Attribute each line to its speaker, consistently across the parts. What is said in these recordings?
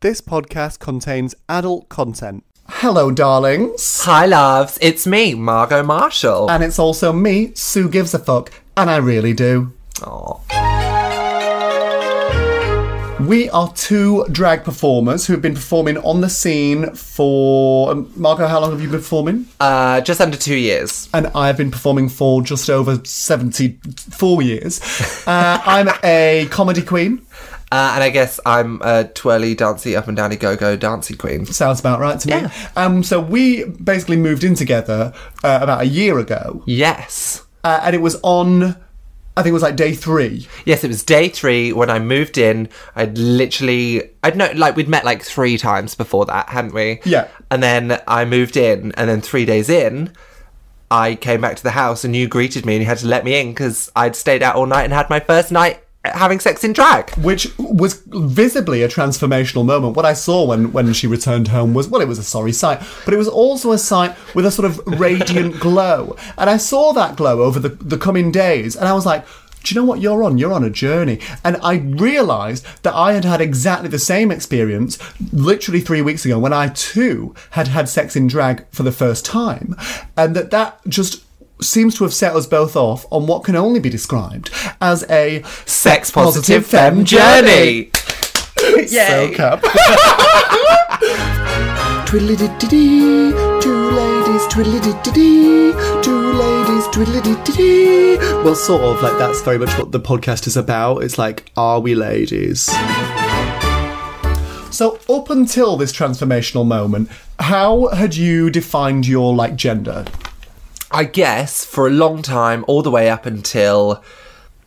Speaker 1: This podcast contains adult content.
Speaker 2: Hello, darlings.
Speaker 3: Hi, loves. It's me, Margot Marshall.
Speaker 2: And it's also me, Sue Gives a Fuck, and I really do.
Speaker 3: Aw.
Speaker 2: We are two drag performers who've been performing on the scene for. um, Margot, how long have you been performing?
Speaker 3: Uh, just under two years.
Speaker 2: And I've been performing for just over 74 years. Uh, I'm a comedy queen.
Speaker 3: Uh, and I guess I'm a twirly, dancy, up and downy, go go dancing queen.
Speaker 2: Sounds about right to me.
Speaker 3: Yeah.
Speaker 2: Um, so we basically moved in together uh, about a year ago,
Speaker 3: Yes.
Speaker 2: uh, and it was on. I think it was like day three.
Speaker 3: Yes, it was day three when I moved in. I'd literally, I'd know, like, we'd met like three times before that, hadn't we?
Speaker 2: Yeah.
Speaker 3: And then I moved in, and then three days in, I came back to the house and you greeted me and you had to let me in because I'd stayed out all night and had my first night having sex in drag.
Speaker 2: which was visibly a transformational moment. What I saw when, when she returned home was, well, it was a sorry sight, but it was also a sight with a sort of radiant glow. And I saw that glow over the, the coming days, and I was like, do you know what you're on? You're on a journey. And I realised that I had had exactly the same experience literally three weeks ago when I too had had sex in drag for the first time. And that that just seems to have set us both off on what can only be described as a
Speaker 3: Sex positive femme journey.
Speaker 2: so cup. Twiddly-dee-dee-dee, two ladies, twiddly-dee-dee-dee, two ladies, twiddly-dee-dee-dee. Well, sort of, like, that's very much what the podcast is about. It's like, are we ladies? So, up until this transformational moment, how had you defined your, like, gender?
Speaker 3: I guess for a long time, all the way up until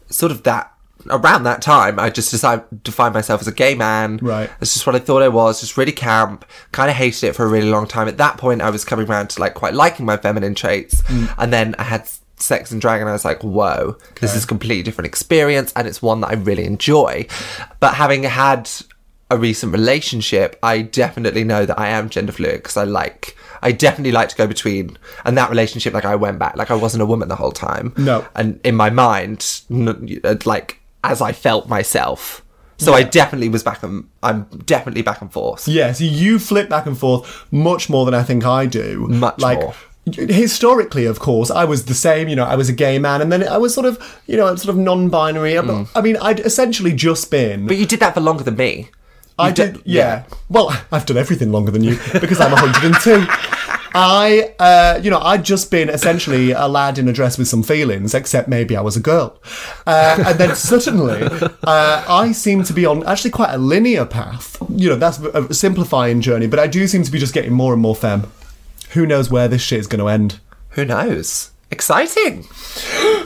Speaker 3: sort of that around that time, I just decided defined myself as a gay man.
Speaker 2: Right.
Speaker 3: That's just what I thought I was. Just really camp. Kind of hated it for a really long time. At that point, I was coming around to like quite liking my feminine traits, and then I had s- sex and drag, and I was like, whoa, this is a completely different experience, and it's one that I really enjoy. But having had a recent relationship, I definitely know that I am gender fluid because I like, I definitely like to go between. And that relationship, like I went back, like I wasn't a woman the whole time.
Speaker 2: No.
Speaker 3: And in my mind, n- uh, like as I felt myself. So I definitely was back and I'm definitely back and forth.
Speaker 2: Yeah, so you flip back and forth much more than I think I do.
Speaker 3: Much
Speaker 2: like,
Speaker 3: more.
Speaker 2: Historically, of course, I was the same. You know, I was a gay man, and then I was sort of, you know, sort of non-binary. I'm not- I mean, I'd essentially just been.
Speaker 3: Mm. But you did that for longer than me.
Speaker 2: I
Speaker 3: You've do-
Speaker 2: did, yeah. Well, I've done everything longer than you because I'm 102. I, uh, you know, I'd just been essentially a lad in a dress with some feelings, except maybe I was a girl. Uh, and then suddenly, uh, I seem to be on actually quite a linear path. You know, that's a simplifying journey, but I do seem to be just getting more and more femme. Who knows where this shit is going to end?
Speaker 3: Who knows? Exciting.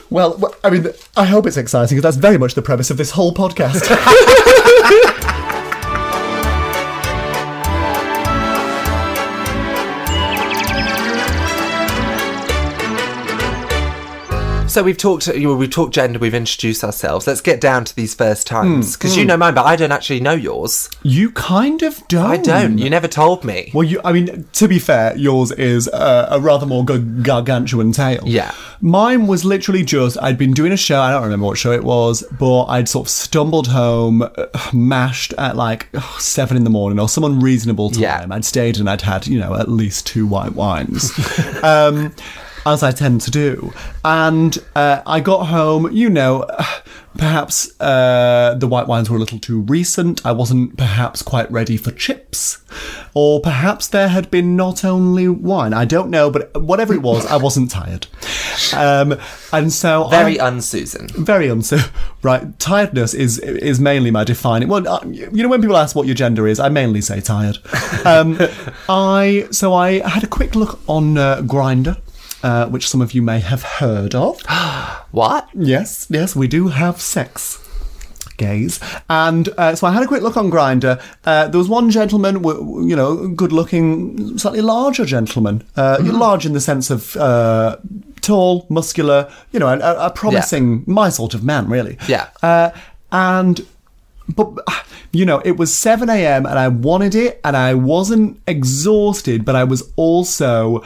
Speaker 2: Well, w- I mean, I hope it's exciting because that's very much the premise of this whole podcast.
Speaker 3: So we've talked. You know, we've talked gender. We've introduced ourselves. Let's get down to these first
Speaker 2: Hmm.
Speaker 3: times because you know mine, but I don't actually know yours.
Speaker 2: you kind of don't.
Speaker 3: I don't. You never told me.
Speaker 2: Well, you, I mean, to be fair, yours is uh, a rather more gar- gargantuan tale.
Speaker 3: Yeah.
Speaker 2: Mine was literally just I'd been doing a show, I don't remember what show it was, but I'd sort of stumbled home, uh, mashed at like ugh, seven in the morning or some unreasonable time.
Speaker 3: Yeah.
Speaker 2: I'd stayed and I'd had, you know, at least two white wines. um, as I tend to do. And uh, I got home, you know, perhaps uh, the white wines were a little too recent. I wasn't perhaps quite ready for chips. Or perhaps there had been not only wine. I don't know, but whatever it was, I wasn't tired. Um, and so I-
Speaker 3: Very unsusan.
Speaker 2: very uncertain. Right, tiredness is is mainly my defining. Well, uh, you know, when people ask what your gender is, I mainly say tired. Um, I so I had a quick look on uh, Grinder. Uh, which some of you may have heard of.
Speaker 3: What?
Speaker 2: Yes, yes, we do have sex. Gays. And uh, so I had a quick look on Grinder. Uh, there was one gentleman, w- w- you know, good looking, slightly larger gentleman. Uh, Large in the sense of uh, tall, muscular, you know, and a, a promising, my sort of man, really.
Speaker 3: Yeah.
Speaker 2: Uh, and, but, ah, you know, it was 7 a.m. and I wanted it and I wasn't exhausted, but I was also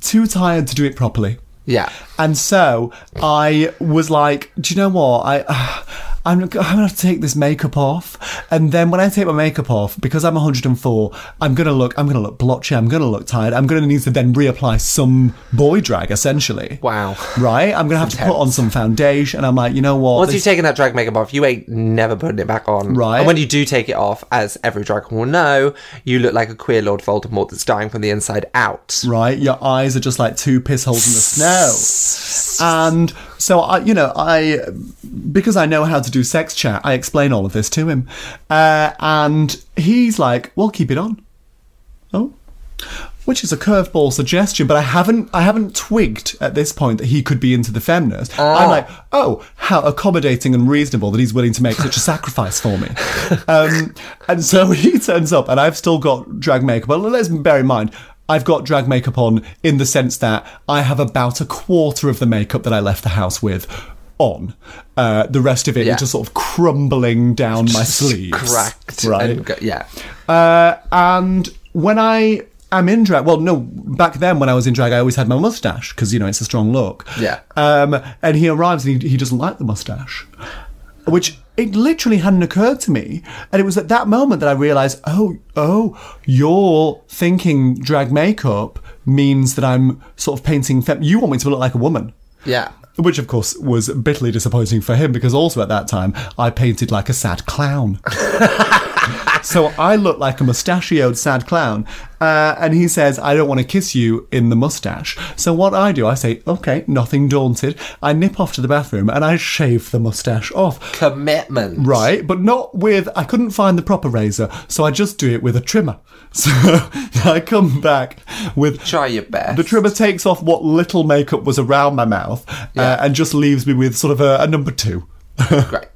Speaker 2: too tired to do it properly.
Speaker 3: Yeah.
Speaker 2: And so I was like, do you know what? I I'm, I'm going to take this makeup off. And then when I take my makeup off, because I'm 104, I'm going to look, I'm going to look blotchy. I'm going to look tired. I'm going to need to then reapply some boy drag, essentially.
Speaker 3: Wow.
Speaker 2: Right? I'm going to have to put on some foundation. And I'm like, you know what?
Speaker 3: Once
Speaker 2: This-
Speaker 3: you've taken that drag makeup off, you ain't never putting it back on.
Speaker 2: Right.
Speaker 3: And when you do take it off, as every dragon will know, you look like a queer Lord Voldemort that's dying from the inside out.
Speaker 2: right? Your eyes are just like two piss holes in the snow. And so I, you know, I because I know how to do sex chat, I explain all of this to him, uh, and he's like, "Well, keep it on." Oh. Which is a curveball suggestion, but I haven't I haven't twigged at this point that he could be into the feminist.
Speaker 3: Ah.
Speaker 2: I'm like, oh, how accommodating and reasonable that he's willing to make such a sacrifice for me. Um, and so he turns up, and I've still got drag makeup. Well, let's bear in mind. I've got drag makeup on in the sense that I have about a quarter of the makeup that I left the house with on. Uh, the rest of it is
Speaker 3: Yeah.
Speaker 2: just sort of crumbling down my sleeves.
Speaker 3: Cracked.
Speaker 2: Right.
Speaker 3: and go- yeah.
Speaker 2: Uh, and when I am in drag, well, no, back then when I was in drag, I always had my mustache because you know it's a strong look.
Speaker 3: Yeah.
Speaker 2: Um, and he arrives and he, he doesn't like the mustache, which it literally hadn't occurred to me, and it was at that moment that I realised, oh, oh, you're thinking drag makeup means that I'm sort of painting. Fem- you want me to look like a woman.
Speaker 3: Yeah.
Speaker 2: Which, of course, was bitterly disappointing for him because also at that time I painted like a sad clown. so I look like a mustachioed sad clown. Uh, and he says, I don't want to kiss you in the mustache. So what I do, I say, okay, nothing daunted. I nip off to the bathroom and I shave the mustache off.
Speaker 3: Commitment.
Speaker 2: Right, but not with. I couldn't find the proper razor, so I just do it with a trimmer. So I come back with
Speaker 3: Try your best.
Speaker 2: the trimmer takes off what little makeup was around my mouth uh, and just leaves me with sort of a, a number two.
Speaker 3: Great.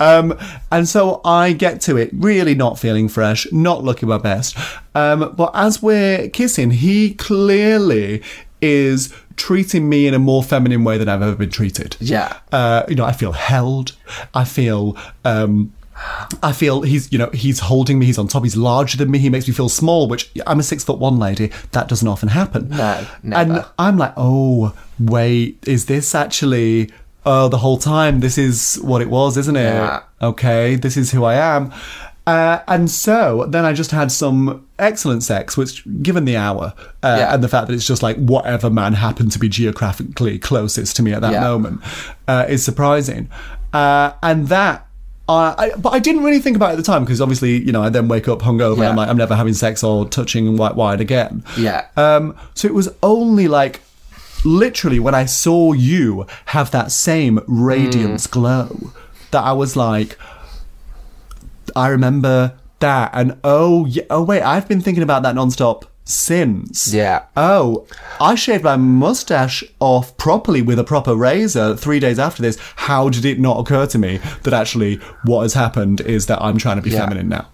Speaker 2: Um, and so I get to it, really not feeling fresh, not looking my best. Um, but as we're kissing, he clearly is treating me in a more feminine way than I've ever been treated.
Speaker 3: Yeah.
Speaker 2: Uh, you know, I feel held. I feel. Um, I feel he's, you know, he's holding me. He's on top. He's larger than me. He makes me feel small, which I'm a six foot one lady. That doesn't often happen.
Speaker 3: No,
Speaker 2: And
Speaker 3: never.
Speaker 2: I'm like, oh, wait, is this actually? Oh, the whole time, this is what it was, isn't it?
Speaker 3: Yeah.
Speaker 2: Okay, this is who I am. Uh, and so then I just had some excellent sex, which, given the hour uh,
Speaker 3: Yeah.
Speaker 2: and the fact that it's just like whatever man happened to be geographically closest to me at that
Speaker 3: Yeah.
Speaker 2: moment, uh, is surprising. Uh, and that, uh, I, but I didn't really think about it at the time because obviously, you know, I then wake up hungover and
Speaker 3: Yeah.
Speaker 2: I'm like, I'm never having sex or touching white wine again.
Speaker 3: Yeah.
Speaker 2: Um, so it was only like literally when I saw you have that same
Speaker 3: Mm.
Speaker 2: radiance glow that I was like, I remember that. And oh, yeah, oh wait, I've been thinking about that nonstop since.
Speaker 3: Yeah.
Speaker 2: Oh, I shaved my mustache off properly with a proper razor three days after this. How did it not occur to me that actually what has happened is that I'm trying to be
Speaker 3: Yeah.
Speaker 2: feminine now?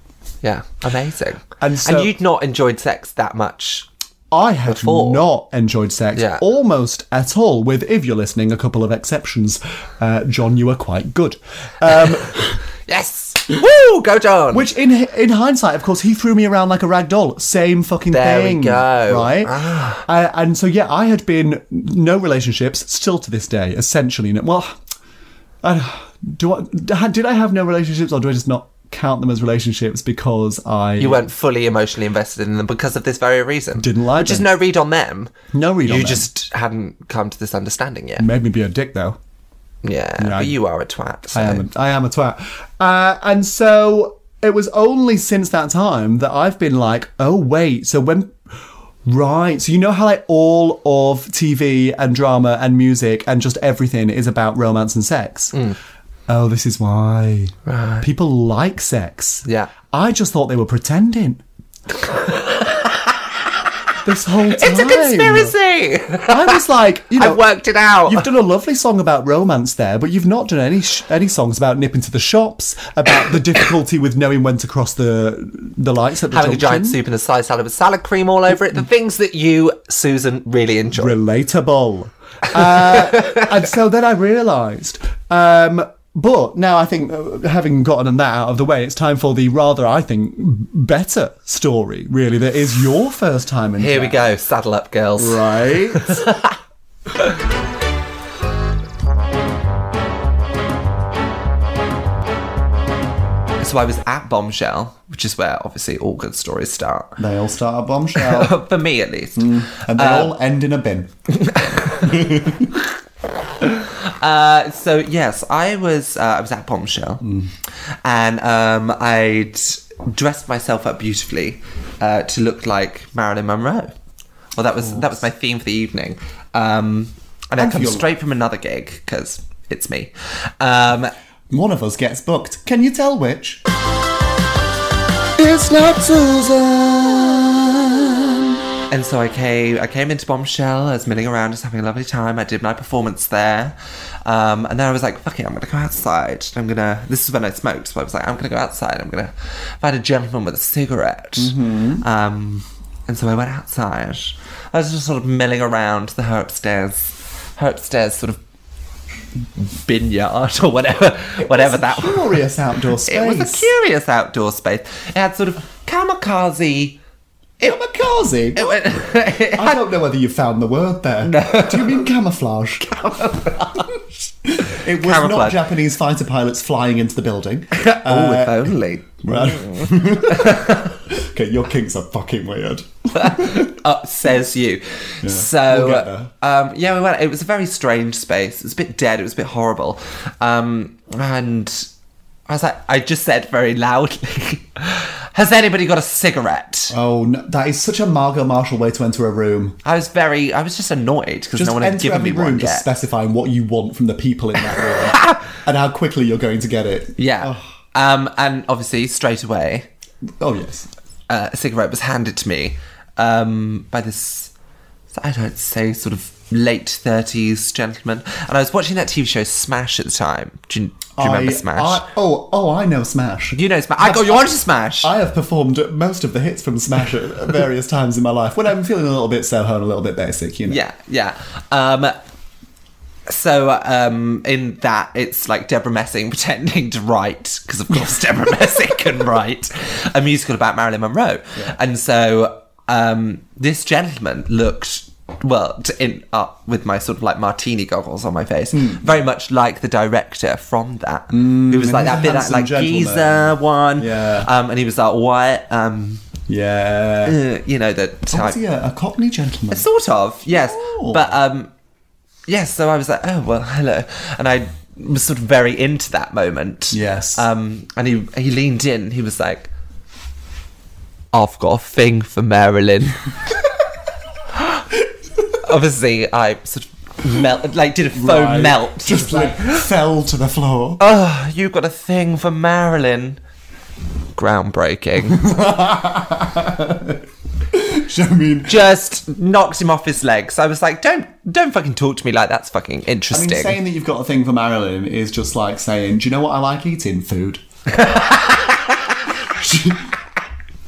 Speaker 3: Yeah. Amazing.
Speaker 2: And so-
Speaker 3: you'd not enjoyed sex that much.
Speaker 2: I have
Speaker 3: Before.
Speaker 2: not enjoyed sex
Speaker 3: Yeah.
Speaker 2: almost at all, with, if you're listening, a couple of exceptions. Uh, John, you were quite good. Um,
Speaker 3: Yes. Woo! Go John.
Speaker 2: which, in in hindsight, of course, he threw me around like a rag doll. Same fucking
Speaker 3: There we
Speaker 2: thing.
Speaker 3: go. Ah.
Speaker 2: Right? Uh, and so, yeah, I had been no relationships still to this day, essentially. No- Well, I, do I, did I have no relationships or do I just not count them as relationships because I.
Speaker 3: you weren't fully emotionally invested in them because of this very reason.
Speaker 2: Didn't like
Speaker 3: Which is
Speaker 2: them.
Speaker 3: no read on them.
Speaker 2: No read
Speaker 3: you
Speaker 2: on
Speaker 3: You
Speaker 2: them.
Speaker 3: just hadn't come to this understanding yet.
Speaker 2: Made me be a dick, though.
Speaker 3: Yeah.
Speaker 2: I-
Speaker 3: but you are a twat. So.
Speaker 2: I am. A, I am a twat. Uh, and so it was only since that time that I've been like, oh wait. So when, right? So you know how like all of TV and drama and music and just everything is about romance and sex.
Speaker 3: Mm.
Speaker 2: Oh, this is why people like sex.
Speaker 3: Yeah.
Speaker 2: I just thought they were pretending. this whole time.
Speaker 3: It's a conspiracy.
Speaker 2: I was like, you know,
Speaker 3: I've worked it out.
Speaker 2: You've done a lovely song about romance there, but you've not done any sh- any songs about nipping to the shops, about the difficulty with knowing when to cross the the lights at the
Speaker 3: Having a giant
Speaker 2: junction.
Speaker 3: soup and a side salad with salad cream all over
Speaker 2: Mm.
Speaker 3: it. The things that you, Susan, really enjoy.
Speaker 2: Relatable. Uh, and so then I realised. Um, but now I think, uh, having gotten that out of the way, it's time for the rather, I think, better story, really, that is your first time in
Speaker 3: Here we
Speaker 2: drag.
Speaker 3: go. Saddle up, girls.
Speaker 2: Right?
Speaker 3: so I was at Bombshell, which is where obviously all good stories start.
Speaker 2: They all start a bombshell.
Speaker 3: For me, at least.
Speaker 2: and they all end in a bin.
Speaker 3: Uh, so yes, I was uh, I was at Bombshell,
Speaker 2: Mm.
Speaker 3: and um, I'd dressed myself up beautifully uh, to look like Marilyn Monroe. Well, that was that was my theme for the evening, um, and I
Speaker 2: And for
Speaker 3: come
Speaker 2: your-
Speaker 3: straight from another gig because it's me. Um,
Speaker 2: One of us gets booked. Can you tell which?
Speaker 1: It's not Susan.
Speaker 3: and so I came I came into Bombshell. I was milling around, just having a lovely time. I did my performance there, um, and then I was like, "Fuck it, I'm gonna go outside. I'm gonna." This is when I smoked, so I was like, "I'm gonna go outside. I'm gonna find a gentleman with a cigarette." Um, and so I went outside. I was just sort of milling around the her upstairs, her upstairs sort of vineyard or whatever, whatever that was.
Speaker 2: Glorious outdoor space.
Speaker 3: It was a curious outdoor space. It had sort of kamikaze.
Speaker 2: Kamikaze?
Speaker 3: It went, it
Speaker 2: I don't know whether you found the word there. Do you mean camouflage? Camouflage. it was not
Speaker 3: Camouflage.
Speaker 2: Japanese fighter pilots flying into the building.
Speaker 3: oh, if
Speaker 2: Uh,
Speaker 3: only.
Speaker 2: right. okay, your kinks are fucking weird.
Speaker 3: Uh, says you.
Speaker 2: We'll
Speaker 3: So,
Speaker 2: get there.
Speaker 3: um, yeah, we went. It was a very strange space. It was a bit dead. It was a bit horrible. Um, and I was like, I just said very loudly, "Has anybody got a cigarette?"
Speaker 2: Oh, no, that is such a Margot Marshall way to enter a room.
Speaker 3: I was very. I was just annoyed because
Speaker 2: Just
Speaker 3: no one had
Speaker 2: enter
Speaker 3: given
Speaker 2: every
Speaker 3: me
Speaker 2: room,
Speaker 3: one
Speaker 2: just
Speaker 3: yet.
Speaker 2: specifying what you want from the people in that room and how quickly you're going to get it.
Speaker 3: yeah. Um, and obviously, straight away,
Speaker 2: Oh yes.
Speaker 3: uh, a cigarette was handed to me um, by this, I don't say, sort of late 30s gentleman. And I was watching that TV show Smash at the time. Do you, do you remember
Speaker 2: I-
Speaker 3: Smash?
Speaker 2: I- oh, oh, I know Smash.
Speaker 3: you know Smash. I got you onto Smash.
Speaker 2: I have performed most of the hits from Smash at at various times in my life when I'm feeling a little bit soho and a little bit basic, you know.
Speaker 3: yeah, yeah. Um, so um, in that, it's like Deborah Messing pretending to write, because of course Deborah Messing can write a musical about Marilyn Monroe. And so um, this gentleman looked. Well, to in uh, with my sort of like martini goggles on my face,
Speaker 2: Hmm.
Speaker 3: very much like the director from that, who
Speaker 2: and
Speaker 3: was like
Speaker 2: he's
Speaker 3: that
Speaker 2: a
Speaker 3: bit that,
Speaker 2: handsome
Speaker 3: like
Speaker 2: gentleman.
Speaker 3: geezer one,
Speaker 2: Yeah.
Speaker 3: Um, and he was like, "What?" Um,
Speaker 2: Yeah.
Speaker 3: uh, you know, the
Speaker 2: Was
Speaker 3: type.
Speaker 2: he a, a Cockney gentleman?
Speaker 3: Sort of, yes.
Speaker 2: Oh.
Speaker 3: But um yes, so I was like, oh well, hello, and I was sort of very into that moment.
Speaker 2: Yes.
Speaker 3: Um, and he he leaned in. He was like, I've got a thing for Marilyn. Obviously, I sort of melt, like did a foam
Speaker 2: Right.
Speaker 3: melt.
Speaker 2: Just like fell to the floor.
Speaker 3: Oh, you got a thing for Marilyn. Groundbreaking.
Speaker 2: I mean,
Speaker 3: just knocked him off his legs. I was like, don't don't fucking talk to me like that's fucking
Speaker 2: I mean,
Speaker 3: interesting.
Speaker 2: saying that you've got a thing for Marilyn is just like saying, "Do you know what I like eating? Food."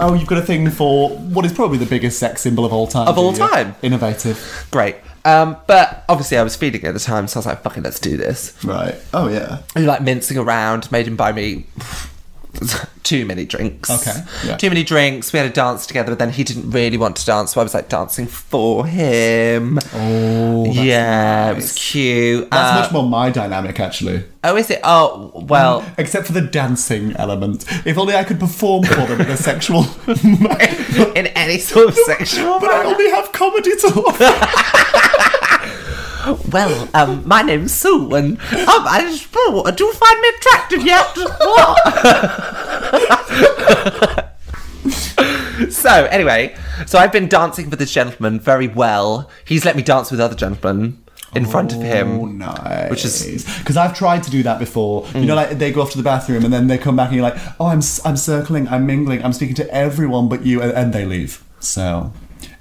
Speaker 2: oh, you've got a thing for what is probably the biggest sex symbol of all time.
Speaker 3: Of
Speaker 2: do
Speaker 3: all
Speaker 2: you?
Speaker 3: time.
Speaker 2: Innovative.
Speaker 3: Great. Um, but obviously I was feeling it at the time, so I was like, fucking let's do this.
Speaker 2: Right. Oh yeah.
Speaker 3: And like mincing around, made him buy me too many drinks.
Speaker 2: Okay, yeah.
Speaker 3: Too many drinks. We had a dance together, but then he didn't really want to dance, so I was like dancing for him.
Speaker 2: Oh, that's
Speaker 3: yeah, it
Speaker 2: nice.
Speaker 3: was cute.
Speaker 2: That's
Speaker 3: Uh,
Speaker 2: much more my dynamic, actually.
Speaker 3: oh, is it? Oh, well,
Speaker 2: Except for the dancing element. If only I could perform for them in a sexual.
Speaker 3: in any sort of sexual
Speaker 2: but I
Speaker 3: manner.
Speaker 2: only have comedy to offer.
Speaker 3: Well, um, my name's Sue, and um, I just oh, do you find me attractive yet? What? so anyway, so I've been dancing with this gentleman very well. He's let me dance with other gentlemen in front of
Speaker 2: Oh,
Speaker 3: him.
Speaker 2: nice.
Speaker 3: Which is- Mm.
Speaker 2: because I've tried to do that before. You know, like they go off to the bathroom and then they come back and you're like, oh, I'm s- I'm circling, I'm mingling, I'm speaking to everyone but you, and, and they leave. So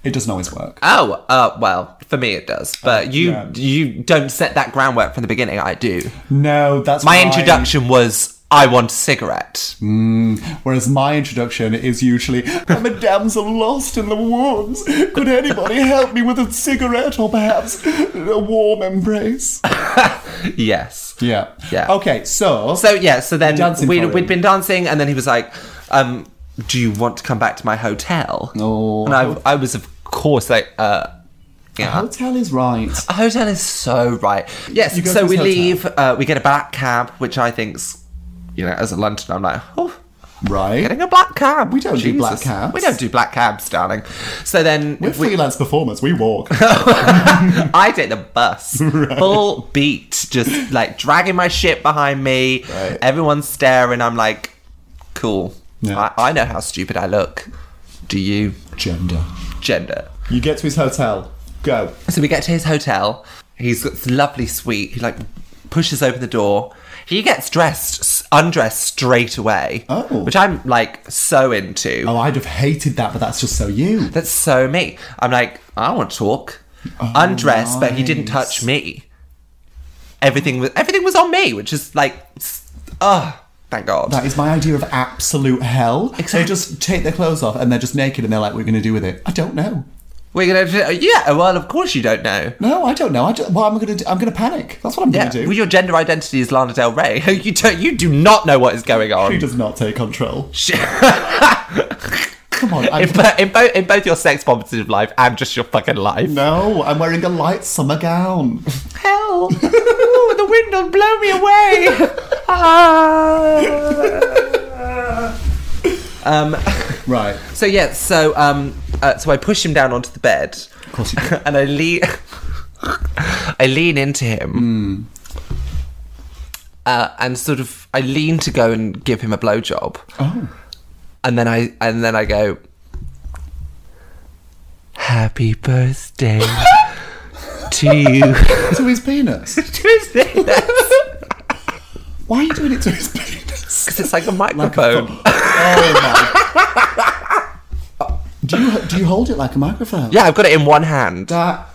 Speaker 2: it doesn't always work.
Speaker 3: Oh, uh, well, for me it does, but you
Speaker 2: Oh, yeah.
Speaker 3: you don't set that groundwork from the beginning. I do.
Speaker 2: No, that's
Speaker 3: My
Speaker 2: why-
Speaker 3: introduction was I want a cigarette.
Speaker 2: Mm. Whereas my introduction is usually, I'm a damsel lost in the woods. Could anybody help me with a cigarette or perhaps a warm embrace?
Speaker 3: Yes.
Speaker 2: Yeah.
Speaker 3: Yeah.
Speaker 2: Okay, so.
Speaker 3: So yeah, so then
Speaker 2: dancing
Speaker 3: we'd,
Speaker 2: for him.
Speaker 3: we'd been dancing, and then he was like, um, "Do you want to come back to my hotel?"
Speaker 2: Oh.
Speaker 3: and I, I was of course like, uh, yeah.
Speaker 2: Hotel is right.
Speaker 3: A hotel is so right. Yes.
Speaker 2: Uh-huh. You go
Speaker 3: So
Speaker 2: to
Speaker 3: we
Speaker 2: this hotel.
Speaker 3: leave. Uh, we get a black cab, which I think's, you know, as a Londoner, I'm like, oh,
Speaker 2: Right.
Speaker 3: Getting a black cab.
Speaker 2: We don't do black
Speaker 3: Jesus.
Speaker 2: cabs.
Speaker 3: We don't do black cabs, darling. So then
Speaker 2: We're
Speaker 3: if we,
Speaker 2: freelance performers. We walk.
Speaker 3: I take the bus. Full beat, just like dragging my shit behind me.
Speaker 2: Right.
Speaker 3: Everyone's staring. I'm like, cool.
Speaker 2: Yeah.
Speaker 3: I, I know how stupid I look. Do you?
Speaker 2: Gender.
Speaker 3: Gender.
Speaker 2: You get to his hotel. Go.
Speaker 3: So we get to his hotel. He's got this lovely suite. He like pushes open the door. He gets dressed, s- undressed straight away.
Speaker 2: Oh.
Speaker 3: Which I'm like so into.
Speaker 2: Oh, I'd have hated that, but that's just so you.
Speaker 3: That's so me. I'm like, I don't want to talk.
Speaker 2: Oh,
Speaker 3: Undressed, but he didn't touch me. Everything was everything was on me, which is like, oh, thank God.
Speaker 2: That is my idea of absolute hell. They just take their clothes off and they're just naked and they're like, "We're going to do with it." I don't know.
Speaker 3: We're gonna, do- yeah. Well, of course you don't know.
Speaker 2: No, I don't know. I don't, what am I going to do? I'm going to panic. That's what I'm
Speaker 3: Yeah,
Speaker 2: going to do.
Speaker 3: well, your gender identity is Lana Del Rey. You don't, you do not know what is going
Speaker 2: She
Speaker 3: on.
Speaker 2: does not take control.
Speaker 3: She-
Speaker 2: Come on. I'm,
Speaker 3: in, bo- in, bo- in both your sex positive life and just your fucking life.
Speaker 2: no, I'm wearing a light summer gown.
Speaker 3: Hell, Ooh, the wind will blow me away. Ah. um.
Speaker 2: Right.
Speaker 3: So yeah, so um, uh, so I push him down onto the bed, of
Speaker 2: course you do.
Speaker 3: and I lean, I lean into him, uh, and sort of I lean to go and give him a blowjob,
Speaker 2: Oh.
Speaker 3: and then I and then I go, "Happy birthday to you."
Speaker 2: To his penis.
Speaker 3: Do you say that?
Speaker 2: Why are you doing it to his penis?
Speaker 3: 'Cause it's like a microphone.
Speaker 2: Oh my. Oh Do you do you hold it like a microphone?
Speaker 3: yeah, I've got it in one hand.
Speaker 2: That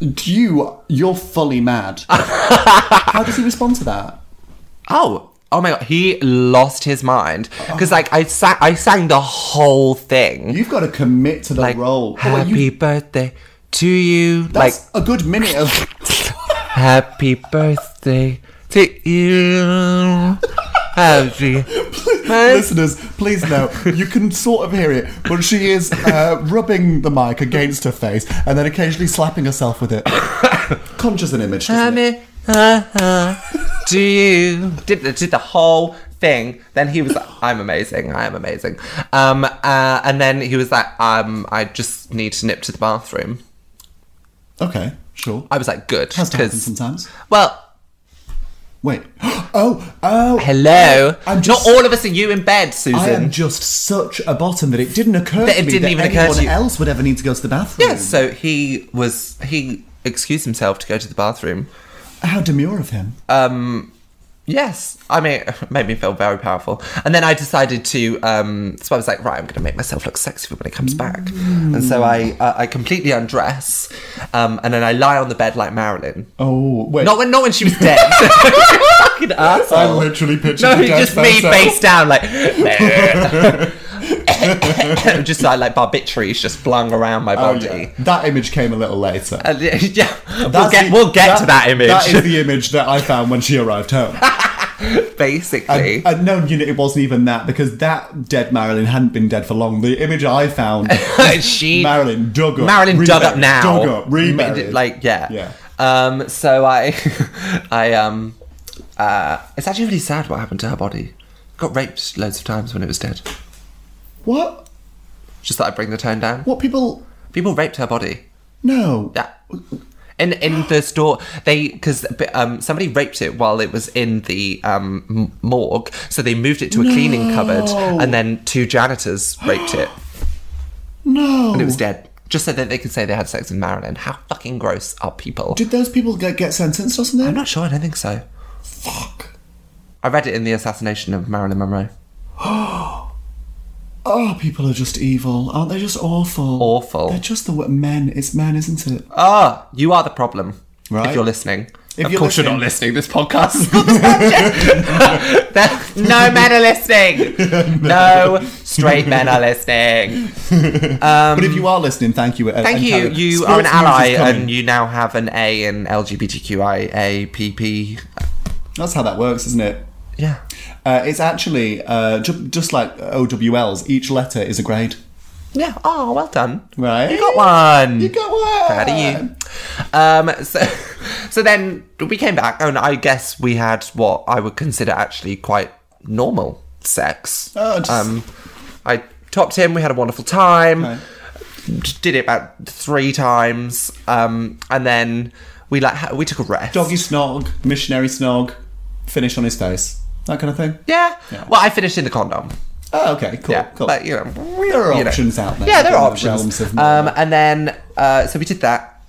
Speaker 2: you you're fully mad. How does he respond to that?
Speaker 3: Oh, oh my god, he lost his mind because like I sang, I sang the whole thing.
Speaker 2: You've got to commit to the
Speaker 3: like,
Speaker 2: role. Oh, wait,
Speaker 3: happy
Speaker 2: you-
Speaker 3: birthday to you. Like,
Speaker 2: that's a good minute of.
Speaker 3: happy birthday to you. happy. birthday.
Speaker 2: Listeners, please know you can sort of hear it, but she is uh, rubbing the mic against her face and then occasionally slapping herself with it. Conjures an image, doesn't it?
Speaker 3: Happy, uh, uh, to you. Did the, did the whole thing. Then he was like, I'm amazing. I am amazing. Um, uh, and then he was like, um, I just need to nip to the bathroom.
Speaker 2: Okay, sure.
Speaker 3: I was like, good.
Speaker 2: Has to happen
Speaker 3: 'cause-
Speaker 2: sometimes.
Speaker 3: Well,
Speaker 2: Wait. Oh, oh.
Speaker 3: hello.
Speaker 2: I'm just-
Speaker 3: Not all of us are you in bed, Susan.
Speaker 2: I am just such a bottom that it didn't occur
Speaker 3: That
Speaker 2: to
Speaker 3: it
Speaker 2: me
Speaker 3: didn't
Speaker 2: that
Speaker 3: even occur to
Speaker 2: anyone
Speaker 3: you.
Speaker 2: else would ever need to go to the bathroom.
Speaker 3: Yeah, so he was he excused himself to go to the bathroom.
Speaker 2: How demure of him.
Speaker 3: Um yes, I mean it made me feel very powerful. And then I decided to um so I was like, right, I'm going to make myself look sexy for when it comes back. And so I uh, I completely undress um and then I lie on the bed like Marilyn.
Speaker 2: oh, wait.
Speaker 3: Not when not when she was dead. Fucking asshole.
Speaker 2: I literally pictured
Speaker 3: No,
Speaker 2: the dead
Speaker 3: just me
Speaker 2: photo.
Speaker 3: face down, like just like like barbiturates just flung around my
Speaker 2: Oh,
Speaker 3: body.
Speaker 2: yeah. That image came a little later.
Speaker 3: And, yeah, yeah, we'll
Speaker 2: That's
Speaker 3: get
Speaker 2: the-
Speaker 3: we'll get to that image
Speaker 2: That is the image that I found when she arrived home.
Speaker 3: basically.
Speaker 2: And no, you know, it wasn't even that because that dead Marilyn hadn't been dead for long. The image I found,
Speaker 3: she
Speaker 2: Marilyn dug up.
Speaker 3: Marilyn dug up
Speaker 2: reburied,
Speaker 3: now.
Speaker 2: Dug up,
Speaker 3: Made
Speaker 2: reburied.
Speaker 3: it, Like yeah.
Speaker 2: Yeah.
Speaker 3: Um. So I, I um, uh, it's actually really sad what happened to her body. Got raped loads of times when it was dead.
Speaker 2: What?
Speaker 3: Just thought I'd bring the tone down.
Speaker 2: What people?
Speaker 3: People raped her body.
Speaker 2: No.
Speaker 3: Yeah. In in the store, they because um somebody raped it while it was in the um m- morgue, so they moved it to a cleaning cupboard, and then two janitors raped it.
Speaker 2: No.
Speaker 3: and it was dead. Just so that they could say they had sex with Marilyn. How fucking gross are people?
Speaker 2: Did those people get, get sentenced or something?
Speaker 3: I'm not sure. I don't think so.
Speaker 2: Fuck.
Speaker 3: I read it in the assassination of Marilyn Monroe.
Speaker 2: Oh, people are just evil, aren't they? Just awful.
Speaker 3: Awful.
Speaker 2: They're just the wo- men. It's men, isn't it?
Speaker 3: Ah, you are the problem.
Speaker 2: Right.
Speaker 3: If you're listening.
Speaker 2: If
Speaker 3: of
Speaker 2: you're
Speaker 3: course you're
Speaker 2: listening.
Speaker 3: not listening. This podcast is not the subject. There- no men are listening. no straight men are listening.
Speaker 2: but if you are listening, thank you. uh,
Speaker 3: Um, Thank
Speaker 2: and
Speaker 3: you.
Speaker 2: Karen.
Speaker 3: You
Speaker 2: Sports
Speaker 3: are an
Speaker 2: news is
Speaker 3: ally,
Speaker 2: coming.
Speaker 3: and you now have an A in LGBTQIAPP.
Speaker 2: that's how that works, isn't it?
Speaker 3: Yeah.
Speaker 2: Uh, it's actually uh, ju- just like OWLs. Each letter is a grade,
Speaker 3: Yeah. Oh, well done.
Speaker 2: right?
Speaker 3: You got one.
Speaker 2: You got one.
Speaker 3: Proud of you. Um, so, so then we came back, and I guess we had what I would consider actually quite normal sex.
Speaker 2: Oh, just-
Speaker 3: um, I topped him. We had a wonderful time.
Speaker 2: Okay.
Speaker 3: Did it about three times, um, and then we like ha- we took a rest.
Speaker 2: Doggy snog, missionary snog, finish on his face. That kind of thing.
Speaker 3: Yeah.
Speaker 2: Yeah.
Speaker 3: Well, I finished in the condom.
Speaker 2: Oh, okay, cool,
Speaker 3: Yeah.
Speaker 2: cool.
Speaker 3: But you know,
Speaker 2: there are
Speaker 3: you know.
Speaker 2: options out there.
Speaker 3: Yeah, there
Speaker 2: in
Speaker 3: are
Speaker 2: the realms
Speaker 3: options.
Speaker 2: of
Speaker 3: um, and then uh, so we did that,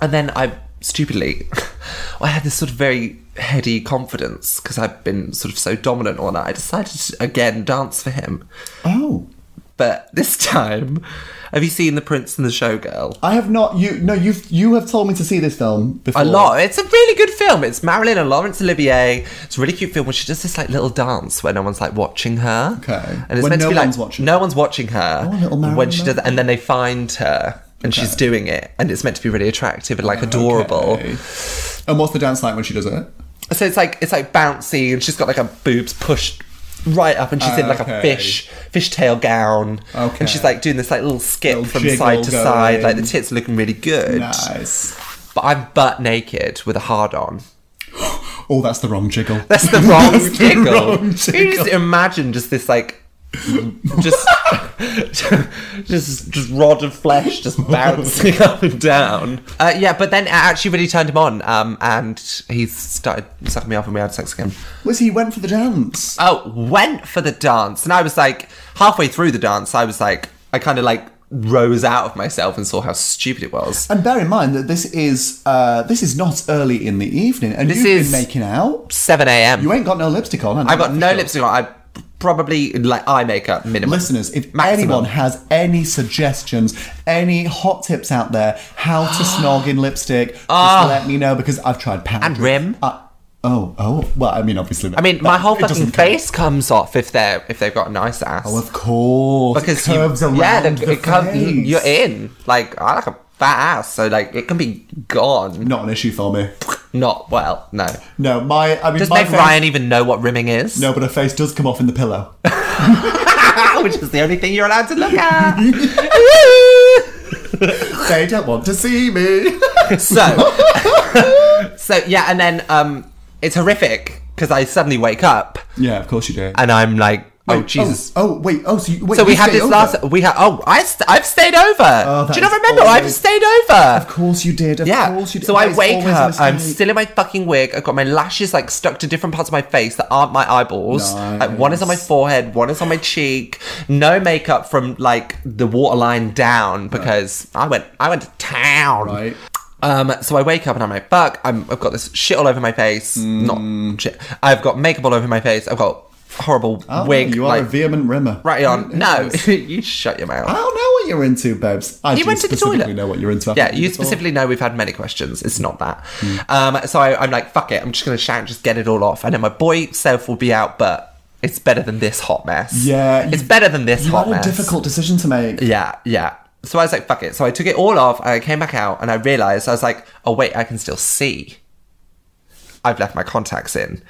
Speaker 3: and then I stupidly, I had this sort of very heady confidence because I've been sort of so dominant all night. I decided to again dance for him,
Speaker 2: oh,
Speaker 3: but this time, have you seen The Prince and the Showgirl?
Speaker 2: I have not. You no, you've you have told me to see this film before.
Speaker 3: A lot. It's a really good film. It's Marilyn and Laurence Olivier. It's a really cute film where she does this like little dance where no one's like watching her.
Speaker 2: Okay.
Speaker 3: And it's
Speaker 2: When
Speaker 3: meant
Speaker 2: no
Speaker 3: to be like
Speaker 2: one's watching.
Speaker 3: no one's watching her.
Speaker 2: Oh, little Marilyn
Speaker 3: when she does, and then they find her and she's doing it, and it's meant to be really attractive and like adorable.
Speaker 2: Okay. And what's the dance like when she does it?
Speaker 3: So it's like it's like bouncy, and she's got like her boobs pushed right up, and she's in like
Speaker 2: Okay.
Speaker 3: a fish fishtail gown,
Speaker 2: Okay.
Speaker 3: and she's like doing this like little skip
Speaker 2: Little
Speaker 3: from side
Speaker 2: jiggle
Speaker 3: to side, like the
Speaker 2: going.
Speaker 3: tits are looking really good.
Speaker 2: Nice.
Speaker 3: But I'm butt naked with a hard on.
Speaker 2: Oh, that's the wrong jiggle.
Speaker 3: That's the wrong
Speaker 2: That's the
Speaker 3: jiggle.
Speaker 2: wrong
Speaker 3: You
Speaker 2: jiggle.
Speaker 3: just imagine just this like just just just rod of flesh just bouncing up and down. Uh, yeah, but then it actually really turned him on, um, and he started sucking me off and we had sex again.
Speaker 2: Was he went for the dance?
Speaker 3: Oh, went for the dance, and I was like halfway through the dance, I was like, I kind of like rose out of myself and saw how stupid it was.
Speaker 2: And bear in mind that this is uh, this is not early in the evening, and
Speaker 3: This
Speaker 2: you've
Speaker 3: is-
Speaker 2: been making out.
Speaker 3: Seven a.m.
Speaker 2: You ain't got no lipstick on. and
Speaker 3: I got
Speaker 2: that's for
Speaker 3: no
Speaker 2: sure.
Speaker 3: lipstick on. I probably like eye makeup minimum.
Speaker 2: Listeners, if
Speaker 3: Maximum.
Speaker 2: anyone has any suggestions, any hot tips out there, how to snog in lipstick, just let me know because I've tried powder
Speaker 3: Ah. And rim.
Speaker 2: Uh, oh, oh. Well, I mean, obviously.
Speaker 3: I mean, my whole fucking
Speaker 2: face.
Speaker 3: face comes off if they're if they've got a nice ass.
Speaker 2: Oh, of course. it curves
Speaker 3: you,
Speaker 2: around
Speaker 3: yeah, the-
Speaker 2: the
Speaker 3: it curves-
Speaker 2: face.
Speaker 3: you're in. Like I like a fat ass, so like it can be gone.
Speaker 2: Not an issue for me.
Speaker 3: Not well, no.
Speaker 2: No, my. I mean,
Speaker 3: Does
Speaker 2: my
Speaker 3: Meg
Speaker 2: face-
Speaker 3: Ryan even know what rimming is?
Speaker 2: No, but her face does come off in the pillow.
Speaker 3: which is the only thing you're allowed to look at.
Speaker 2: they don't want to see me.
Speaker 3: so, so yeah, and then um, it's horrific because I suddenly wake up
Speaker 2: yeah, of course you do.
Speaker 3: and I'm like, oh
Speaker 2: Wait,
Speaker 3: Jesus.
Speaker 2: Oh, oh, wait. Oh, so, you, wait,
Speaker 3: So we
Speaker 2: you
Speaker 3: had
Speaker 2: stayed
Speaker 3: this
Speaker 2: over. Oh,
Speaker 3: last. We had. Oh, I st- I've stayed over.
Speaker 2: that
Speaker 3: Do you not
Speaker 2: is
Speaker 3: remember? I've
Speaker 2: always-
Speaker 3: stayed over.
Speaker 2: Of course you did. Of
Speaker 3: Yeah.
Speaker 2: course you did.
Speaker 3: So
Speaker 2: That
Speaker 3: I
Speaker 2: is
Speaker 3: wake
Speaker 2: always a
Speaker 3: up. I'm
Speaker 2: mistake.
Speaker 3: still in my fucking wig. I've got my lashes like stuck to different parts of my face that aren't my eyeballs.
Speaker 2: Nice.
Speaker 3: Like one is on my forehead, one is on my cheek. No makeup from like the waterline down because I went I went to town.
Speaker 2: Right.
Speaker 3: Um, so I wake up and I'm like, fuck, I'm, I've got this shit all over my face.
Speaker 2: Mm.
Speaker 3: Not shit. I've got makeup all over my face. I've got horrible
Speaker 2: Oh,
Speaker 3: wig.
Speaker 2: You are
Speaker 3: like,
Speaker 2: a vehement rimmer.
Speaker 3: right on. No,
Speaker 2: Yes.
Speaker 3: you shut your mouth.
Speaker 2: I don't know what you're into, babes. I
Speaker 3: You
Speaker 2: do
Speaker 3: went to the
Speaker 2: specifically
Speaker 3: toilet.
Speaker 2: know what you're into. I've
Speaker 3: Yeah,
Speaker 2: told
Speaker 3: you
Speaker 2: before.
Speaker 3: specifically know we've had many questions. It's not that.
Speaker 2: Hmm.
Speaker 3: Um, so I, I'm like, fuck it. I'm just going to shout, just get it all off. And then my boy self will be out, but it's better than this hot mess.
Speaker 2: Yeah,
Speaker 3: It's
Speaker 2: you-
Speaker 3: better than this
Speaker 2: You had
Speaker 3: hot
Speaker 2: a
Speaker 3: mess.
Speaker 2: difficult decision to make.
Speaker 3: Yeah, yeah. So I was like, fuck it. So I took it all off. And I came back out and I realized, I was like, oh, wait, I can still see. I've left my contacts in.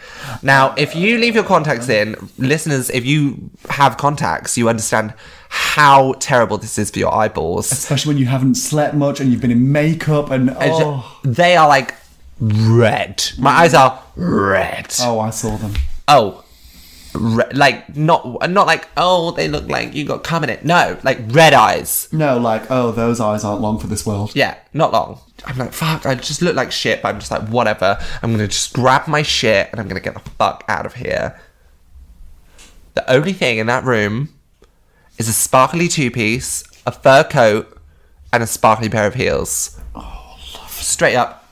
Speaker 3: Now, if you leave your contacts in, listeners, if you have contacts, you understand how terrible this is for your eyeballs.
Speaker 2: Especially when you haven't slept much and you've been in makeup and
Speaker 3: I ju-
Speaker 2: oh,
Speaker 3: They are like red. My eyes are red. Oh,
Speaker 2: oh I saw them.
Speaker 3: re- like not not like oh they look like you got cum in it. No, like red eyes.
Speaker 2: No, like oh, those eyes aren't long for this world.
Speaker 3: Yeah, not long. I'm like fuck. I just look like shit. But I'm just like whatever. I'm gonna just grab my shit and I'm gonna get the fuck out of here. The only thing in that room is a sparkly two piece, a fur coat, and a sparkly pair of heels. Straight up.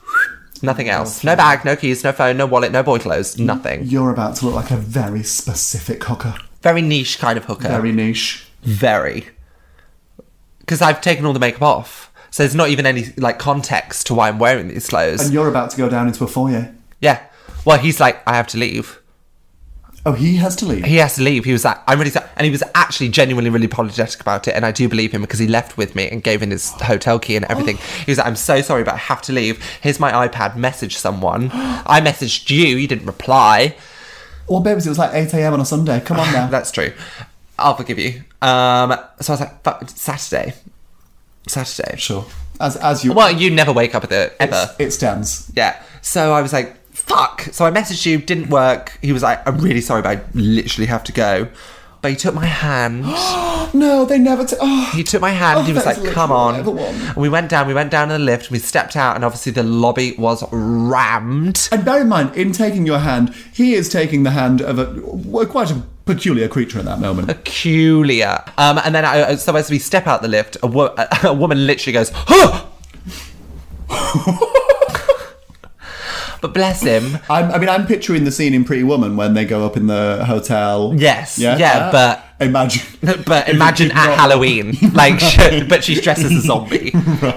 Speaker 3: Nothing else. No bag, no keys, no phone, no wallet, no boy clothes, nothing.
Speaker 2: You're about to look like a very specific hooker.
Speaker 3: Very niche kind of hooker.
Speaker 2: Very niche.
Speaker 3: Very. Because I've taken all the makeup off. So there's not even any like context to why I'm wearing these clothes.
Speaker 2: And you're about to go down into a foyer.
Speaker 3: yeah. Well, he's like, I have to leave.
Speaker 2: Oh, he has to leave.
Speaker 3: He has to leave. He was like, I'm really sorry. And he was actually genuinely really apologetic about it. And I do believe him because he left with me and gave in his hotel key and everything. He was like, I'm so sorry, but I have to leave. Here's my iPad. Message someone. I messaged you. You didn't reply.
Speaker 2: Well, babies, it was like 8 a.m. on a Sunday. Come on now.
Speaker 3: That's true. I'll forgive you. Um, so I was like, fuck, it's Saturday. Saturday.
Speaker 2: sure. As as you
Speaker 3: Well, you never wake up at the ever.
Speaker 2: it stands.
Speaker 3: Yeah. So I was like, fuck. So I messaged you, didn't work. He was like, I'm really sorry, but I literally have to go. But he took my hand.
Speaker 2: No, they never. T- oh.
Speaker 3: He took my hand.
Speaker 2: Oh,
Speaker 3: he was
Speaker 2: that's
Speaker 3: like, "Come on."
Speaker 2: literally what I want.
Speaker 3: And we went down. We went down in the lift. We stepped out, and obviously the lobby was rammed.
Speaker 2: And bear in mind, in taking your hand, he is taking the hand of a well, quite a peculiar creature at that moment.
Speaker 3: Peculiar. Um, and then, I, so as we step out the lift, a, wo- a woman literally goes, "Huh." but bless him.
Speaker 2: I'm, I mean, I'm picturing the scene in Pretty Woman when they go up in the hotel. Uh,
Speaker 3: Yes, yeah, but-
Speaker 2: imagine.
Speaker 3: But imagine at Halloween, like, sh but she's dressed as a zombie.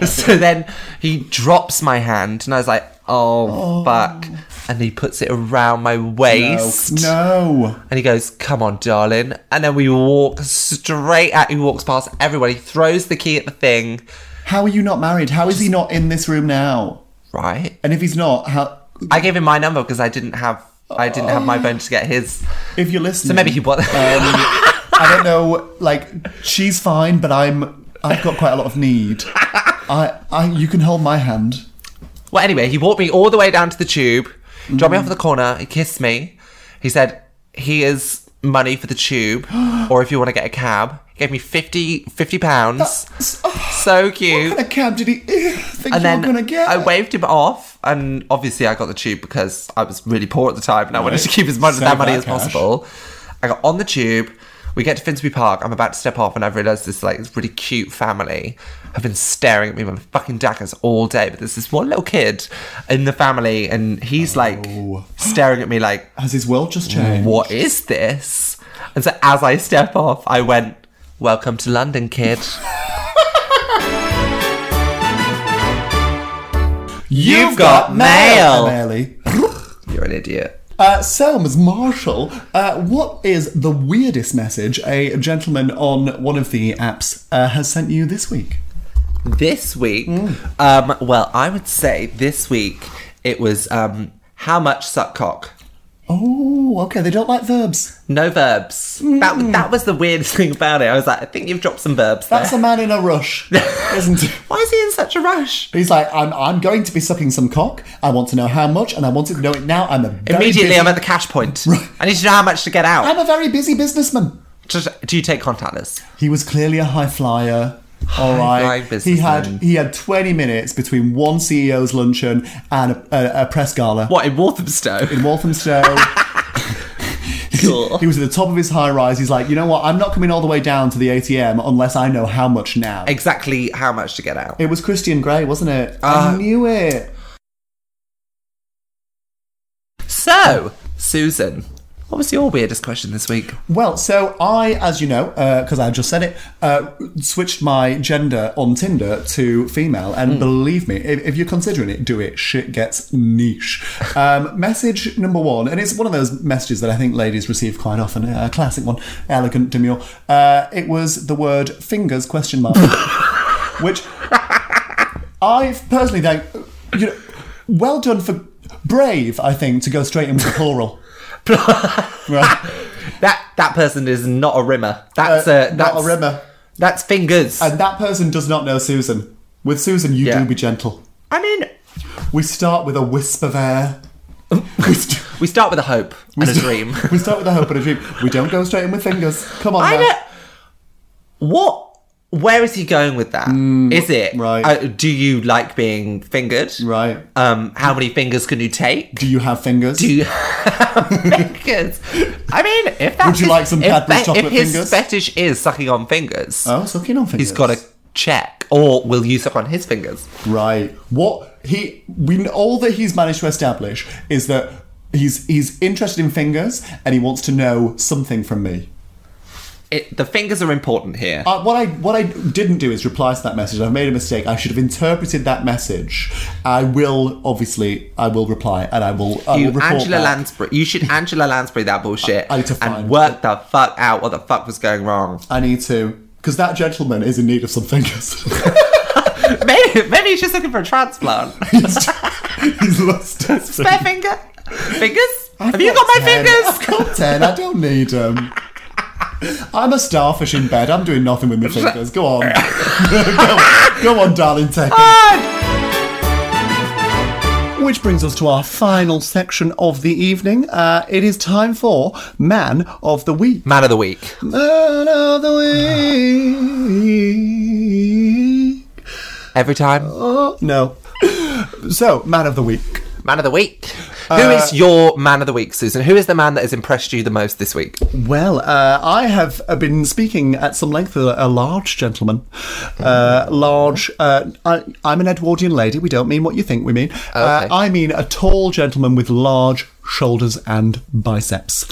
Speaker 3: So then he drops my hand, and I was like, "Oh, fuck!" And he puts it around my waist.
Speaker 2: No.
Speaker 3: And he goes, Come on, darling. And then we walk straight at he walks past everyone. He throws the key at the thing.
Speaker 2: How are you not married? How is he not in this room now?
Speaker 3: Right.
Speaker 2: And if he's not, how?
Speaker 3: I gave him my number because I didn't have I didn't have
Speaker 2: Oh.
Speaker 3: my phone to get his.
Speaker 2: If you're listening,
Speaker 3: So maybe he was
Speaker 2: Oh. I don't know. Like she's fine, but I'm. I've got quite a lot of need. I. I. You can hold my hand.
Speaker 3: Well anyway, he walked me all the way down to the tube, dropped me off at the corner, he kissed me. He said, Here's money for the tube or if you want to get a cab. He gave me 50, 50 pounds.
Speaker 2: oh,
Speaker 3: so cute.
Speaker 2: A cab? Did he eh, think
Speaker 3: and
Speaker 2: you
Speaker 3: then
Speaker 2: were gonna get?
Speaker 3: I waved him off, and obviously I got the tube because I was really poor at the time, and I wanted to keep as much of
Speaker 2: Save
Speaker 3: that money
Speaker 2: that
Speaker 3: as
Speaker 2: cash.
Speaker 3: possible. I got on the tube. We get to Finsbury Park. I'm about to step off, and I've realised this like this really cute family have been staring at me with fucking daggers all day. But there's this one little kid in the family, and he's like
Speaker 2: Oh.
Speaker 3: staring at me like,
Speaker 2: Has his world just changed?
Speaker 3: "What is this?" And so as I step off, I went, "Welcome to London, kid." You've got mail.
Speaker 2: Barely.
Speaker 3: You're an idiot.
Speaker 2: Uh, Selms Marshall, uh, what is the weirdest message a gentleman on one of the apps uh, has sent you this week?
Speaker 3: this week
Speaker 2: Mm.
Speaker 3: um well i would say this week it was um how much suck cock
Speaker 2: Oh, okay. They don't like verbs.
Speaker 3: no verbs
Speaker 2: Mm.
Speaker 3: that, that was the weirdest thing about it i was like i think you've dropped some verbs there.
Speaker 2: That's a man in a rush, isn't it?
Speaker 3: why is he in such a rush
Speaker 2: He's like, I'm, I'm going to be sucking some cock. I want to know how much, and I want to know it now. I'm a very
Speaker 3: immediately
Speaker 2: busy-
Speaker 3: i'm at the cash point i need to know how much to get out
Speaker 2: I'm a very busy businessman.
Speaker 3: Just- do you take contactless
Speaker 2: He was clearly a high flyer. All
Speaker 3: flying
Speaker 2: right, he had
Speaker 3: businessman.
Speaker 2: he had 20 minutes between one CEO's luncheon and a, a, a press gala.
Speaker 3: what in walthamstow
Speaker 2: in Walthamstow.
Speaker 3: Cool.
Speaker 2: He was at the top of his high rise. He's like, you know what? I'm not coming all the way down to the ATM unless I know how much now.
Speaker 3: exactly how much to get out
Speaker 2: It was Christian Grey, wasn't it?
Speaker 3: Uh,
Speaker 2: I knew it.
Speaker 3: so susan what was your weirdest question this week
Speaker 2: Well, so I, as you know, because I just said it, uh, switched my gender on Tinder to female. And
Speaker 3: Hmm.
Speaker 2: believe me, if, if you're considering it, do it. Shit gets niche. Um, message number one, and it's one of those messages that I think ladies receive quite often. uh, A classic one, elegant, demure. Uh, it was the word fingers question mark, which I personally think, you know, well done for brave. I think to go straight in with the plural. right.
Speaker 3: that that person is not a rimmer that's
Speaker 2: Uh,
Speaker 3: a
Speaker 2: not
Speaker 3: that's
Speaker 2: a rimmer.
Speaker 3: that's fingers
Speaker 2: And that person does not know Susan. With Susan, you
Speaker 3: Yeah.
Speaker 2: do be gentle.
Speaker 3: i mean
Speaker 2: We start with a wisp of air. We, st-
Speaker 3: We start with a hope and a dream.
Speaker 2: we start with a hope and a dream. We don't go straight in with fingers. Come on,
Speaker 3: I
Speaker 2: now.
Speaker 3: don't. What? Where is he going with that? Is it
Speaker 2: Mm, right.
Speaker 3: Uh, do you like being fingered?
Speaker 2: Right.
Speaker 3: Um, how many fingers can you take?
Speaker 2: Do you have fingers?
Speaker 3: Do you fingers? I mean, if that's
Speaker 2: Would you
Speaker 3: his-
Speaker 2: like some
Speaker 3: if
Speaker 2: Cadbury's
Speaker 3: that-
Speaker 2: chocolate
Speaker 3: if his
Speaker 2: fingers?
Speaker 3: fetish is sucking on fingers,
Speaker 2: oh, sucking on fingers.
Speaker 3: he's got to check. Or will you suck on his fingers?
Speaker 2: Right. What he we all that he's managed to establish is that he's he's interested in fingers and he wants to know something from me.
Speaker 3: It, the fingers are important here.
Speaker 2: Uh, what I what I didn't do is reply to that message. I've made a mistake. I should have interpreted that message. I will obviously I will reply and I will I will
Speaker 3: you,
Speaker 2: report
Speaker 3: Angela
Speaker 2: back.
Speaker 3: Lansbury, you should Angela Lansbury that bullshit
Speaker 2: I need to
Speaker 3: and
Speaker 2: find-
Speaker 3: work the fuck out what the fuck was going wrong.
Speaker 2: I need to because that gentleman is in need of some fingers.
Speaker 3: Maybe, maybe he's just looking for a transplant.
Speaker 2: he's lost. his
Speaker 3: Spare finger? Fingers? Have you got my
Speaker 2: 10. I've
Speaker 3: fingers?
Speaker 2: got ten. I don't need them. I'm a starfish in bed. I'm doing nothing with my fingers. Go on. go, on. go on, darling. Take it.
Speaker 3: God!
Speaker 2: Which brings us to our final section of the evening. Uh, it is time for Man of the Week.
Speaker 3: Man of the week.
Speaker 2: Man of the Week.
Speaker 3: Every time.
Speaker 2: Oh, no. So, Man of the Week. Uh,
Speaker 3: Man of the week. Who is your man of the week, Susan? Who is the man that has impressed you the most this week?
Speaker 2: Well, uh, I have uh, been speaking at some length with a, a large gentleman. Uh, large. Uh, I, I'm an Edwardian lady. We don't mean what you think we mean. Uh,
Speaker 3: Okay.
Speaker 2: I mean a tall gentleman with large shoulders and biceps.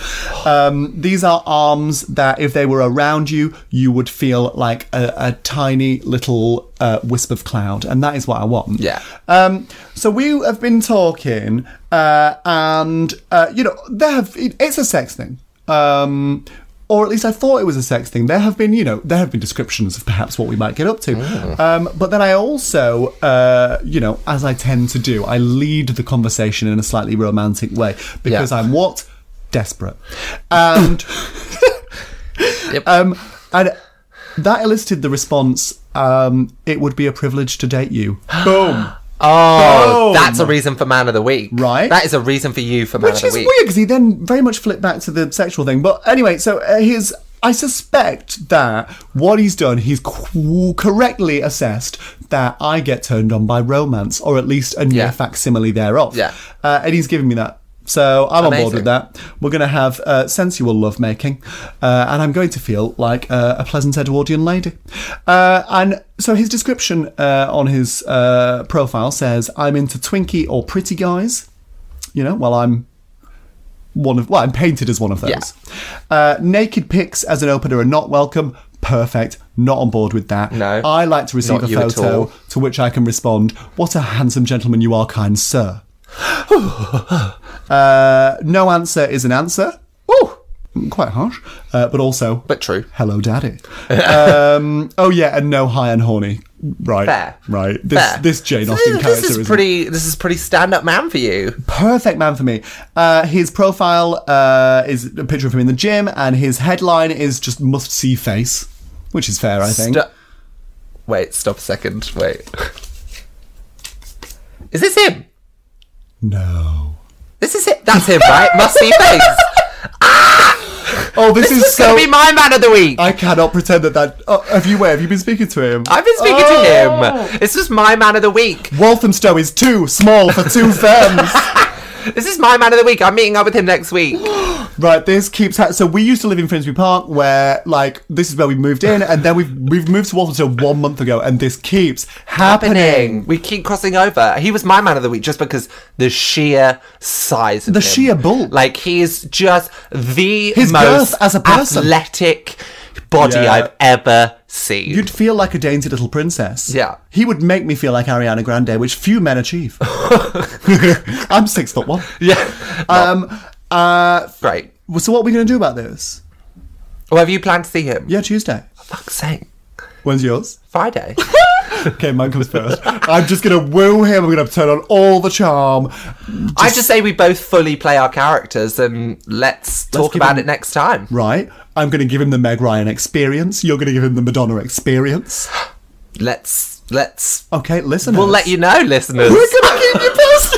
Speaker 2: Um, these are arms that, if they were around you, you would feel like a, a tiny little uh, wisp of cloud, and that is what I want.
Speaker 3: Yeah.
Speaker 2: Um, so we have been talking, uh, and uh, you know, there have it, it's a sex thing, um, or at least I thought it was a sex thing. There have been, you know, there have been descriptions of perhaps what we might get up to,
Speaker 3: Mm.
Speaker 2: um, but then I also, uh, you know, as I tend to do, I lead the conversation in a slightly romantic way because
Speaker 3: Yeah.
Speaker 2: I'm what desperate, and
Speaker 3: Yep.
Speaker 2: um, and that elicited the response. Um, it would be a privilege to date you. Boom.
Speaker 3: Oh,
Speaker 2: Boom.
Speaker 3: that's a reason for man of the week.
Speaker 2: Right.
Speaker 3: That is a reason for you for man
Speaker 2: Which
Speaker 3: of
Speaker 2: is
Speaker 3: the
Speaker 2: weird
Speaker 3: week.
Speaker 2: 'cause weird because he then very much flipped back to the sexual thing. But anyway, so uh, his. I suspect that what he's done, he's qu- correctly assessed that I get turned on by romance, or at least a near
Speaker 3: Yeah.
Speaker 2: facsimile thereof.
Speaker 3: Yeah.
Speaker 2: Uh, and he's given me that. So I'm on board
Speaker 3: Amazing.
Speaker 2: with that. We're going to have uh, sensual lovemaking, uh, and I'm going to feel like uh, a pleasant Edwardian lady. Uh, and so his description uh, on his uh, profile says, I'm into twinkie or pretty guys you know, well, I'm one of, well, I'm painted as one of those.
Speaker 3: Yeah.
Speaker 2: Uh, naked pics as an opener are not welcome. Perfect. Not on board with that.
Speaker 3: No.
Speaker 2: I like to receive
Speaker 3: Not
Speaker 2: a
Speaker 3: you at
Speaker 2: photo
Speaker 3: all.
Speaker 2: to which I can respond, What a handsome gentleman you are, kind sir. uh, no answer is an answer. Ooh, quite harsh, uh, but also.
Speaker 3: But true.
Speaker 2: Hello, Daddy. um, oh yeah, and no high and horny. Right,
Speaker 3: Fair.
Speaker 2: right. This
Speaker 3: Fair.
Speaker 2: this Jane
Speaker 3: So
Speaker 2: Austen
Speaker 3: this,
Speaker 2: character
Speaker 3: This is
Speaker 2: isn't-
Speaker 3: pretty. This is pretty stand-up man for you.
Speaker 2: perfect man for me. Uh, his profile uh, is a picture of him in the gym, and his headline is just must see face, which is fair, I think.
Speaker 3: Stu- Wait, stop a second. Wait. Is this him?
Speaker 2: no.
Speaker 3: This is it. That's him, right? Must see face.
Speaker 2: Oh, this, is
Speaker 3: It's
Speaker 2: so.
Speaker 3: gonna be my man of the week.
Speaker 2: I cannot pretend that that. Oh, have you? Wait, have you been speaking to him?
Speaker 3: I've been speaking
Speaker 2: Oh.
Speaker 3: to him. This is my man of the week.
Speaker 2: Walthamstow is too small for two firms.
Speaker 3: This is my man of the week. I'm meeting up with him next week.
Speaker 2: Right, this keeps ha- so we used to live in Finsbury Park where like this is where we moved in and then we've we've moved to Walthamstow one month ago and this keeps happening.
Speaker 3: happening. We keep crossing over. He was my man of the week just because the sheer size of
Speaker 2: The
Speaker 3: him.
Speaker 2: sheer bulk.
Speaker 3: Like he is just the
Speaker 2: His
Speaker 3: most
Speaker 2: girth as a person.
Speaker 3: athletic body
Speaker 2: Yeah.
Speaker 3: I've ever seen.
Speaker 2: You'd feel like a dainty little princess.
Speaker 3: Yeah.
Speaker 2: He would make me feel like Ariana Grande, which few men achieve. I'm six foot one.
Speaker 3: yeah.
Speaker 2: Um, uh,
Speaker 3: Great.
Speaker 2: so what are we going to do about this?
Speaker 3: Well, have you planned to see him?
Speaker 2: Yeah, Tuesday.
Speaker 3: Fuck's sake.
Speaker 2: When's yours?
Speaker 3: Friday.
Speaker 2: Okay, mine comes first. I'm just going to woo him. I'm going to turn on all the charm.
Speaker 3: I just say we both fully play our characters and let's talk
Speaker 2: give
Speaker 3: about
Speaker 2: him-
Speaker 3: it next time.
Speaker 2: Right. I'm going to give him the Meg Ryan experience. You're going to give him the Madonna experience.
Speaker 3: Let's let's
Speaker 2: Okay, listen.
Speaker 3: we'll let you know, listeners.
Speaker 2: We're going to keep you posted.